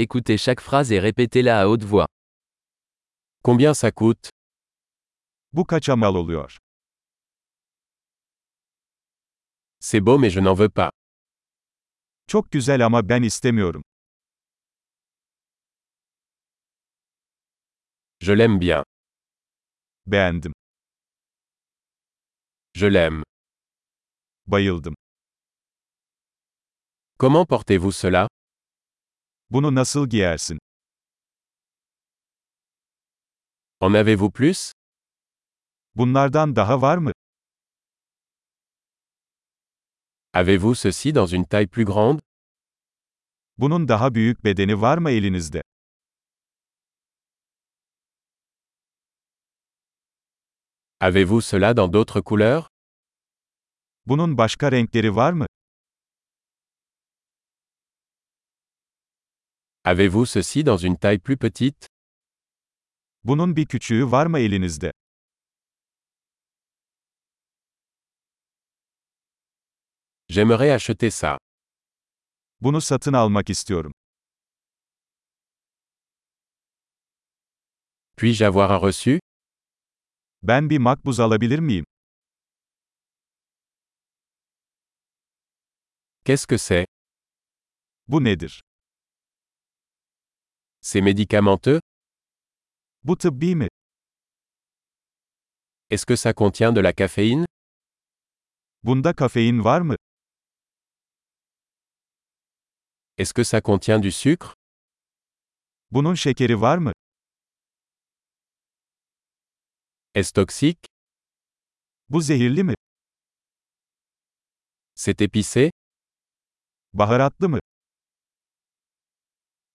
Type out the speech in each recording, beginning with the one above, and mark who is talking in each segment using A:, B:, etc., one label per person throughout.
A: Écoutez chaque phrase et répétez-la à haute voix.
B: Combien ça coûte
C: Bu kaça mal oluyor?
B: C'est beau mais je n'en veux pas.
C: Çok güzel ama ben istemiyorum.
B: Je l'aime bien.
C: Beğendim.
B: Je l'aime.
C: Bayıldım.
B: Comment portez-vous cela
C: Bunu nasıl giyersin?
B: En avez-vous plus
C: Bunlardan daha var mı?
B: Avez-vous ceci dans une taille plus grande
C: Bunun daha büyük bedeni var mı elinizde?
B: Avez-vous cela dans d'autres couleurs
C: Bunun başka renkleri var mı?
B: Avez-vous ceci dans une taille plus petite
C: Bunun bir küçüğü var mı elinizde?
B: J'aimerais acheter ça.
C: Bunu satın almak istiyorum.
B: Puis-je avoir un reçu
C: Ben bir makbuz alabilir miyim?
B: Qu'est-ce que c'est
C: Bu nedir?
B: C'est médicamenteux
C: Bu tıbbi mi?
B: Est-ce que ça contient de la caféine
C: Bunda kafein var mı?
B: Est-ce que ça contient du sucre
C: Bunun şekeri var mı?
B: Est-ce toxique
C: Bu zehirli mi?
B: C'est épicé
C: Baharatlı mı?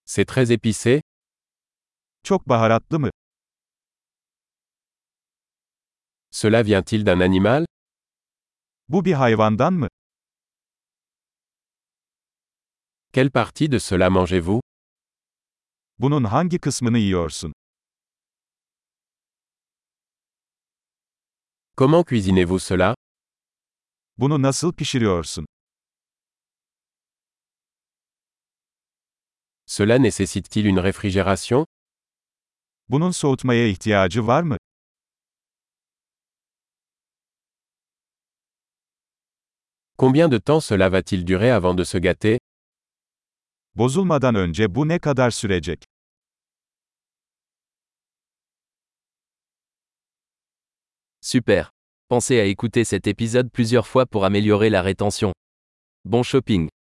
B: C'est très épicé
C: Çok baharatlı mı?
B: Cela vient-il d'un animal
C: Bu bir hayvandan mı?
B: Quelle partie de cela mangez-vous
C: Bunun hangi kısmını yiyorsun?
B: Comment cuisinez-vous cela
C: Bunu nasıl pişiriyorsun?
B: Cela nécessite-t-il une réfrigération
C: Bunun soğutmaya ihtiyacı var mı?
B: Combien de temps cela va-t-il durer avant de se gâter
C: Bozulmadan önce bu ne kadar sürecek?
A: Super. Pensez à écouter cet épisode plusieurs fois pour améliorer la rétention. Bon shopping.